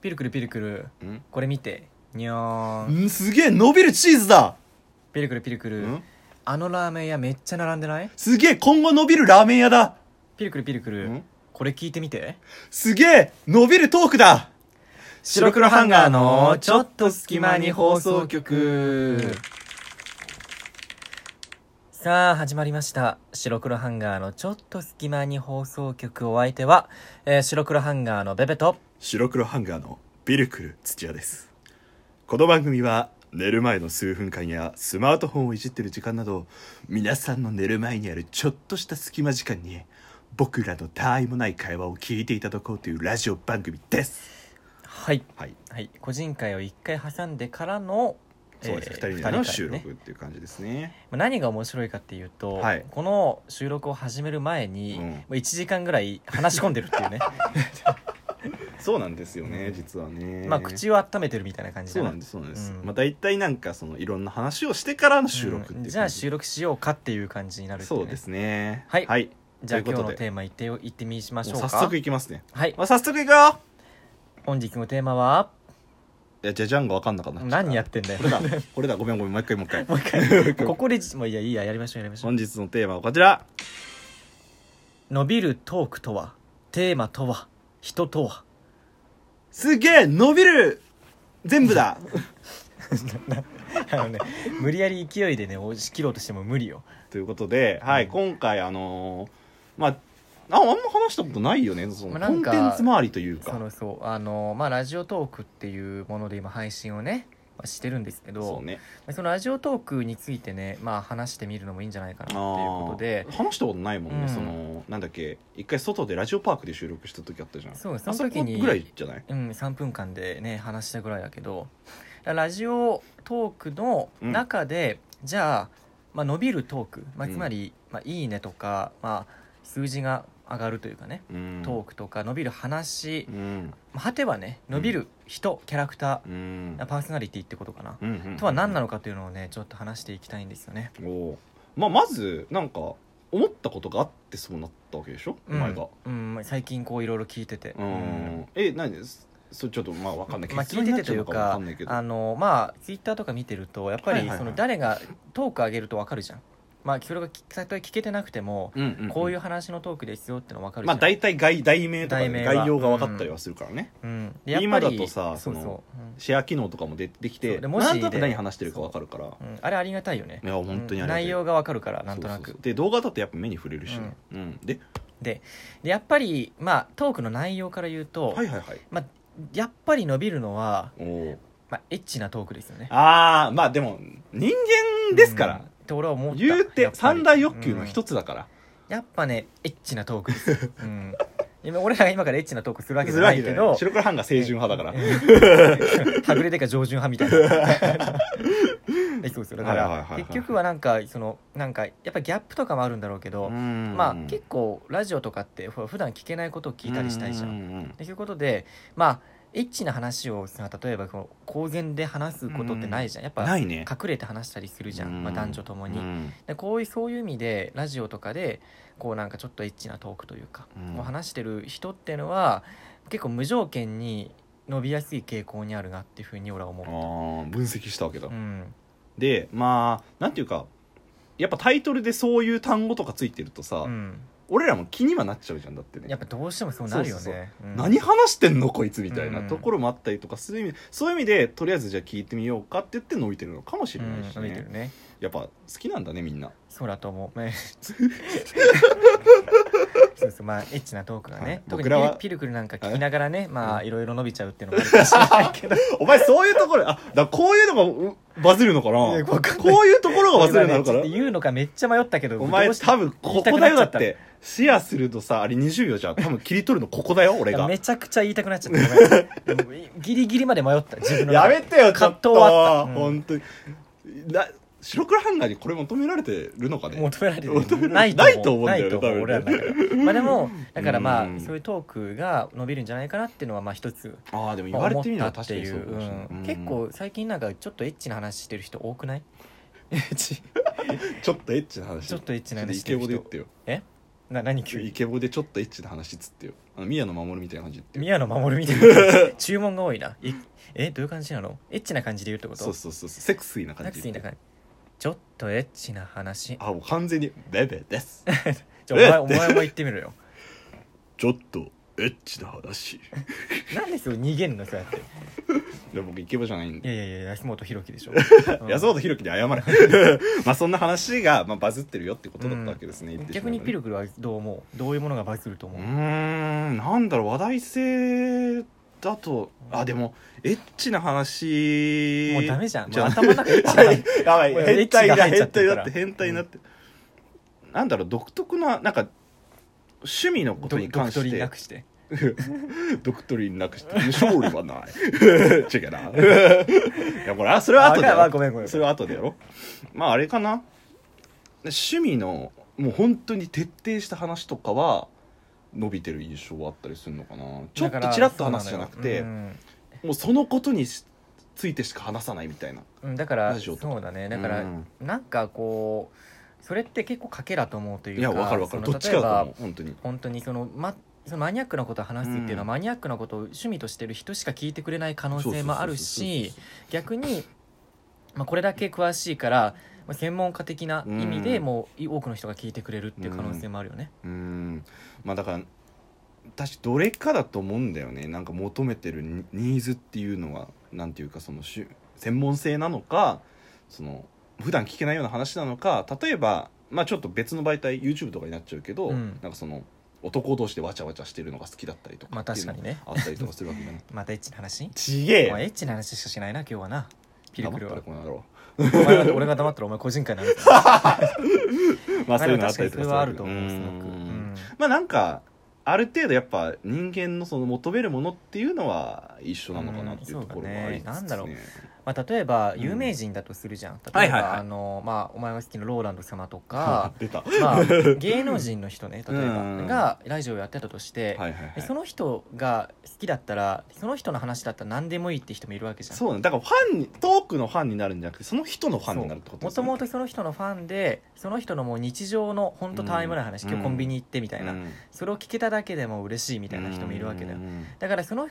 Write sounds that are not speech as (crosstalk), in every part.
ピルクルピルクルんこれ見てにゃーんんすげえ伸びるチーズだピルクルピルクルんあのラーメン屋めっちゃ並んでないすげえ今後伸びるラーメン屋だピルクルピルクルんこれ聞いてみてすげえ伸びるトークだ白黒ハンガーのちょっと隙間に放送局さあ始まりました白黒ハンガーのちょっと隙間に放送局お相手は、えー白黒ハンガーのベベと白黒ハンガーのビルクル土屋ですこの番組は寝る前の数分間やスマートフォンをいじってる時間など皆さんの寝る前にあるちょっとした隙間時間に僕らの他愛もない会話を聞いていただこうというラジオ番組ですはい、はいはい、個人会を1回挟んでからのそうです、えー二2人での収録っていう感じですねまあ何が面白いかっていうと、はいこの収録を始める前に、うんもう1時間ぐらい話し込んでる (laughs) っていうねそうなんですよね、うん実はねまあ口を温めてるみたいな感じそだうななんですそうなんです、うんまあ大体なんかそのいろんな話をしてからの収録っていう感うんじ、じゃあ収録しようかっていう感じになるっていそうねですねはいはい、じゃあとい今日うことのでテーマいってよいってみましょうもかう早速いきますねはいまあ、早速いくよ本日のテーマはいやじゃじゃんが分かんなかった何やっってんだよこれだこれだごめんごめんもう一回もう一回もう一回 (laughs) ここでもういいやいいややりましょうやりましょう本日のテーマはこちら伸びるトークとはテーマとは人とはすげえ伸びる全部だ (laughs) あのね無理やり勢いでね押し切ろうとしても無理よということで、はいうん今回あのーまあああんま話したことないよねそまあなのコんンテかンツ周りというかそのそうあのまあラジオトークっていうもので今配信をねまあしてるんですけどそうねそのラジオトークについてねまあ話してみるのもいいんじゃないかなってあいうーことで話したことないもんね、うんそのなんだっけ一回外でラジオパークで収録した時あったじゃんそうそあのそこ時にぐらいじゃないうん、3分間でね話したぐらいだけどラジオトークの中で、じゃあ,、まあ伸びるトーク、まあ、うんつまり、まあ、いいねとか、まあ、数字が上がるというかね、うんトークとか伸びる話、うんまあ、果てはね伸びる人、キャラクタうんーパーソナリティってことかな、うんうんうんとは何なのかというのをねちょっと話していきたいんですよね。おーまあまずなんか思ったことがあってそうなったわけでしょ、うんお前がうん、最近こういろいろ聞いてて。うーんえ何ですそれちょっとまあわかんないまあ、結聞い論てになってちとゃういのうかわかかんないけどあのまあツイッターとか見てるとやっぱはいりはいはいその誰がトーク上げると分かるじゃんまあそれがきたとえ聞けてなくてもうんうんんこういう話のトークですよっての分かるじまゃあん、大体概題名とか題ね名は概要が分かったりはするからね、うん、で今だとさそうそのそう、シェア機能とかも出てきそてうでなん文字でとなく何話してるか分かるからうんうんあれありがたいよねいや本当にありがたいうん内容が分かるからなんとなくそうそうそうで動画だとやっぱ目に触れるしね、うんでででやっぱりまあトークの内容から言うと、はいはいはいやっぱり伸びるのは、おーまあ、エッチなトークですよねああまあでも人間ですかうんらっ、て俺は思った言うてやっぱり三大欲求のうん一つだから、やっぱねエッチなトークですよ、うん、今俺らが今からエッチなトークするわけすじゃるわなけいじゃけないど白黒ハンガー清純派だから、うんはぐれでか上旬派みたい (laughs) なでそうそうだかはいはいはいらはい結局はなんかそのなんかやっぱギャップとかもあるんだろうけど、まあ結構ラジオとかってふ普段聞けないことを聞いたりしたいじゃん。うううんということでまあエッチな話をさ例えばこの公然で話すことってないじゃんやっぱないね隠れて話したりするじゃん、うんまあ、男女ともに。うんでこういうそういう意味でラジオとかでこうなんかちょっとエッチなトークというか、うんこう話してる人っていうのは結構無条件に伸びやすい傾向にあるなっていうふうに俺は思あう。ー分析したわけだ、うんでまあなんていうかやっぱタイトルでそういう単語とかついてるとさ、うん、俺らも気にはなっちゃうじゃんだってねやっぱどうしてもそうなるよそうそうね。うん何話してんのこいつみたいなうんところもあったりとかする意味そういう意味でとりあえずじゃあ聞いてみようかって言って伸びてるのかもしれないしうん伸びてねるねやっぱ好きなんだねみんなそうだと思う。ねそうそうまあエッチなトークがね、はい特僕にらピはルピルクルなんか聞きながらねまあうんいろいろ伸びちゃうっていうのもあるかもしれない (laughs) けどお前そういうところあだからこういうのがうバズるのかいやなわかんないこういうところがバズる今のだからねちょっと言うのかめっちゃ迷ったけどお前どうして多分ここだよだっ言いてシェアするとさあれ20秒じゃん多分切り取るのここだよ俺がめちゃくちゃ言いたくなっちゃったごめんギリギリまで迷った自分のや中でめてよちょ葛っ藤とはあった、うん本当にな白黒ハンガーにこれ求められてるのかね求められて求めるらなれいてと思うないと思うんだよねないと思う多俺らの分中でまあでもだからまうんあそういうトークが伸びるんじゃないかなっていうのはまあ一つああでもま言あわれ思ってみれたばっ確てかにいそううかもしれない、ううんん結構最近なんかちょっとエッチな話してる人多くない (laughs) エッチちょっとエッチな話ちょっとエッチな話ちょっとイケボで言ってよえな何急イにケボでちょっとエッチな話っつってよあの宮野真守みたいな感じってよ宮野真守みたいな (laughs) 注文が多いないえどういう感じなのエッチな感じで言うってことそうそうそうそうセクシーな感タじクってシーな感じちょっとエッチな話あもう完全に「ベベ (laughs) です」じゃあおえ前お前も言ってみろよちょっとエッチな話なんでそう逃げんのそうや (laughs) ってで僕イケボじゃないんいでやいやいや安本弘樹で (laughs) しょ安本弘樹に謝れ (laughs) まあそんな話が、まあ、バズってるよってことだったわけですね、言ってしまえ逆ばねにピルクルはどう思うどういうものがバズると思うう、ーんなんだろう話題性だとあでもエッチな話もうダメじゃん (laughs) じゃもあう頭の中エッチやばだ (laughs) いやばいもう変態エッチがだ入っちゃ変ってる態かだらって変態になって、なんだろう独特ななんか趣味のことどに関独しりてなくしてドクトリンなくして勝利はない (laughs) 違うないやこれあそれは後でやあろごめんごめんごめんそれは後でやろまああれかな趣味のもう本当に徹底した話とかは伸びてる印象はあったりするのかなちょっだとからちらっと話すじゃなくてそうのようんもうそのことにしついてしか話さないみたいなうんだからラジそオとかうだねだから、うんなんかこうそれって結構賭けだと思うといういかやわかるわかるそのどっちかだと例思えばう本当に本当にその,、ま、そのマニアックなことを話すっていうのは、うんマニアックなことを趣味としてる人しか聞いてくれない可能性もあるし逆に、まあ、これだけ詳しいから、まあ、専門家的な意味でうんもうい多くの人が聞いてくれるっていう可能性もあるよね。うーんまあだから私どれかだと思うんだよねなんか求めてるニニーズっていうのはなんていうかそのしゅ専門性なのかその普段聞けないような話なのか例えばまあちょっと別の媒体 YouTube とかになっちゃうけど、うんなんかその男同士でわちゃわちゃしてるのが好きだったりとかまあっていう確かにねのがあったりとかするわけじ (laughs) ゃないまたエッチな話ちげえお前エよッチな話しかしないな今日はなピルクル黙はったらこの野郎お前が (laughs) 俺が黙ったらお前個人会になるから (laughs) まあでも確かにそまあそういうのあったりとかれするはあると思うすごうく、んうんまあなんかある程度やっぱ人間のその求めるものっていうのは一緒なのかなっていうところはありつつ、ねうんそうだねなんだろうまあ、例えば有名人だとするじゃん、例えば、はいはいはいあのまあお前が好きなローランド様とかあ (laughs) 出たはまあ芸能人の人ね例えばうんがラジオやってたとして、いはいはいでその人が好きだったらその人の話だったら何でもいいって人もいるわけじゃんそうねだからファンにトークのファンになるんじゃなくてその人のファンになるってこともともとその人のファンでその人のもう日常の本当たわいもない話、うん今日コンビニ行ってみたいな、みそれを聞けただけでも嬉しいみたいな人もいるわけだよ、だからその、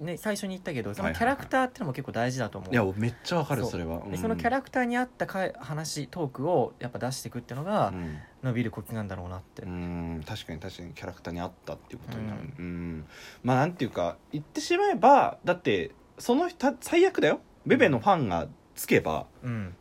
ね、最初に言ったけどそのキャラクターってのも結構大事だと思う、いやめっちゃわかるそうそれはうんでそのキャラクターに合ったか話トークをやっぱ出していくっていうのがうん伸びるコツなんだろうなって、うん確かに確かにキャラクターに合ったっていうことになる、うんまあなんていうか言ってしまえばだってその人最悪だよベベのファンがつけばうん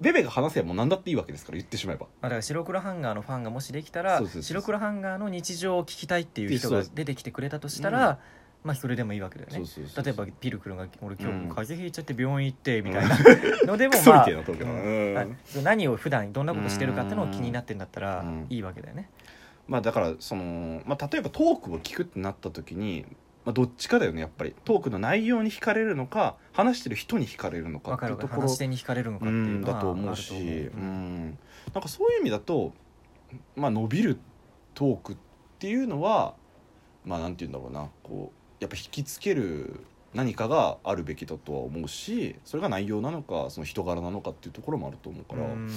ベベが話せばもう何だっていいわけですから言ってしまえばまあ、だから白黒ハンガーのファンがもしできたらそうそうそうそう白黒ハンガーの日常を聞きたいっていう人がそう出てきてくれたとしたら、まあそれでもいいわけだよねそうそうそう例えばピルクルが「俺今日うん風邪ひいちゃって病院行って」みたいなので (laughs) クもソまみあてえな東京だなうんあそう何を普段どんなことしてるかっていうのを気になってんだったらうんいいわけだよね、まあだからその、まあ、例えばトークを聞くってなった時に、まあ、どっちかだよねやっぱりトークの内容に惹かれるのか話してる人に惹かれるのか分ってかいるう分かとるころ話し手に惹かれるのかうっていうんのはだと思うしうんなんかそういう意味だと、まあ、伸びるトークっていうのはまあなんて言うんだろうなこうやっぱ引きつける何かがあるべきだとは思うしそれが内容なのかその人柄なのかっていうところもあると思うから、うん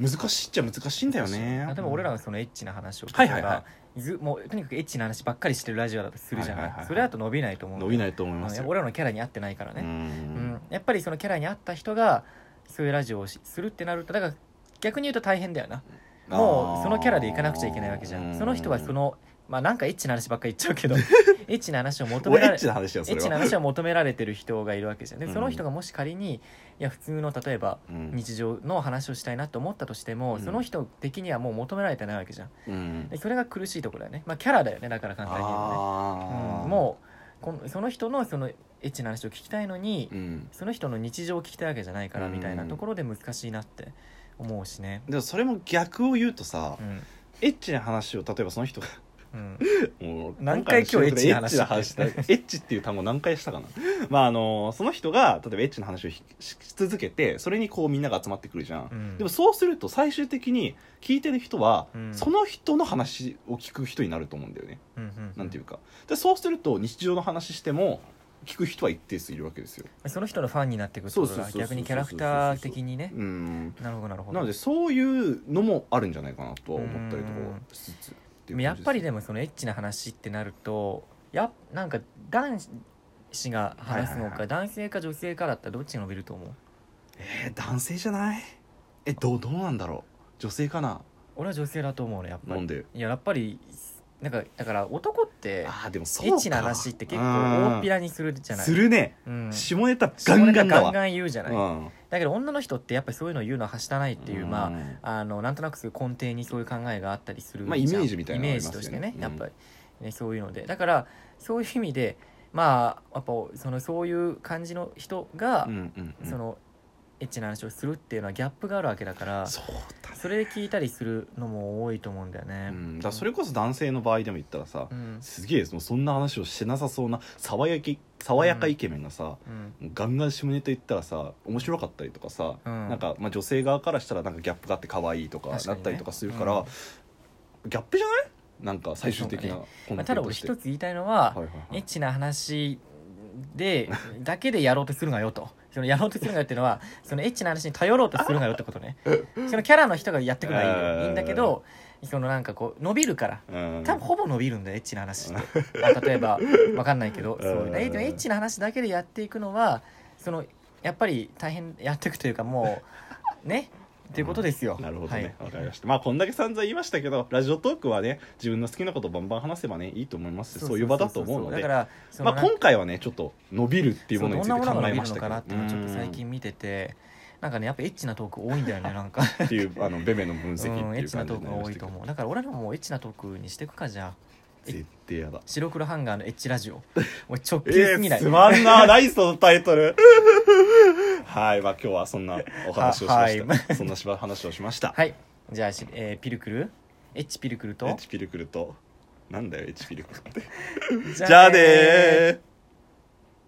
難しいっちゃ難しいんだよね例えば俺らがそのエッチな話をはいはいはい例えばずもうとにかくエッチな話ばっかりしてるラジオだとするじゃない,、はいはいはいはいそれだと伸びないと思う伸びいないと思いますよ俺らのキャラに合ってないからうね、うんんやっぱりそのキャラに合った人がそういうラジオをしするってなるとだから逆に言うと大変だよなもうそのキャラでいかなくちゃいけないわけじゃんその人はそのまあなんかエッチな話ばっかり言っちゃうけど (laughs) エッチな話を求め俺エらッれチな話だよエそッれチなは話を求められてる人がいるわけじゃんでうんその人がもし仮にいや普通の例えばうん日常の話をしたいなと思ったとしても、うんその人的にはもう求められてないわけじゃんうんでそれが苦しいところだよねまあキャラだよねだから簡単に言うとね、あうーん、もうこのその人のそのエッチな話を聞きたいのに、うんその人の日常を聞きたいわけじゃないからうんみたいなところで難しいなって思うしねでもそれも逆を言うとさうん、エッチな話を例えばその人がうん、 (laughs) もう何回今日エッチな話エッチしたエッチっていう単語何回したかなまああのその人が例えばエッチな話をひしし続けてそれにこうみんなが集まってくるじゃんうんでもそうすると最終的に聞いてる人はうんその人の話を聞く人になると思うんだよねうんうんなんていうかでそうすると日常の話しても聞く人は一定数いるわけですよその人のファンになってくってことそうそうがそうそう逆にキャラクター的にねうんなるほどなるほどなのでそういうのもあるんじゃないかなとは思ったりとかうんしつつっていう感じやですっぱりでもそのエッチな話ってなるとやなんか男子が話すのか、はいはいはい男性か女性かだったらどっちが伸びると思うえー男性じゃないえどうどうなんだろう女性かな俺は女性だと思うねやっぱなんりでいややっぱりなんかだから男ってあーでもそうエかッチな話って結構大っぴらにするじゃないするね、うん、下ネタガンガンだわガンガン言うじゃない、うんだけど女の人ってやっぱりそういうの言うのはしたないっていう、まあんあのなんとなくそういう根底にそういう考えがあったりするまあじゃんイメージみたいなのイあメりーますジよとねしてねうんやっぱり、ね、そういうのでだからそういう意味でまあやっぱそのそういう感じの人が、うんうんうんそのエッチな話をするっていうのはギャップがあるわけだからそうだねそれで聞いたりするのも多いと思うんだよね、うん、だからそれこそ男性の場合でも言ったらさ、うんすげえそのそんな話をしてなさそうな爽やき爽やかイケメンがさ、うんガンガン下ネタ言ったらさ面白かったりとかさ、うんなんか、まあ、女性側からしたらなんかギャップがあって可愛いとか確かになねったりとかするから、ギャップじゃないなんか最終的なそコンまテあ、ただンツと俺して、一つ言いたいのは、はいはいはエッい、チな話でだけでやろうとするがよとそのやろうとするがよっていうのはそのエッチな話に頼ろうとするがよってこと (laughs) ねそのキャラの人がやってくるのはいいよいいんだけどそのなんかこう伸びるからうん多分ほぼ伸びるんだよエッチな話って (laughs) あ例えば分かんないけどうんそうだエッチな話だけでやっていくのはそのやっぱり大変やっていくというかもうねっていうことですよ、なるほどねわ、はいかりましたまあこんだけ散々言いましたけどラジオトークはね自分の好きなことバンバン話せばねいいと思いますしそういう場だと思うのだかでらそまのあ今回はねちょっと伸びるっていうものについそうてどんなもの考が伸えびまるしのたけかどなっていうのをちょっと最近見ててなんかねやっぱエッチなトーク多いんだよねなん (laughs) かっていうあのベベの分析っていううんエッ感じチなトにークながりま多しいたとけど思うだから俺らもエッチなトークにしてくかじゃあ絶対やだ白黒ハンガーのエッチラ (laughs) ジオもう直え球すぎなー、い、つまんなないそのタイトル (laughs) はいまあ今日はそんなお話をしました、はそんなしば話をしましたはいじゃあ、しえーピルクルエッチピルクルとエチピルクルとなんだよエチピルクルってじじゃあねー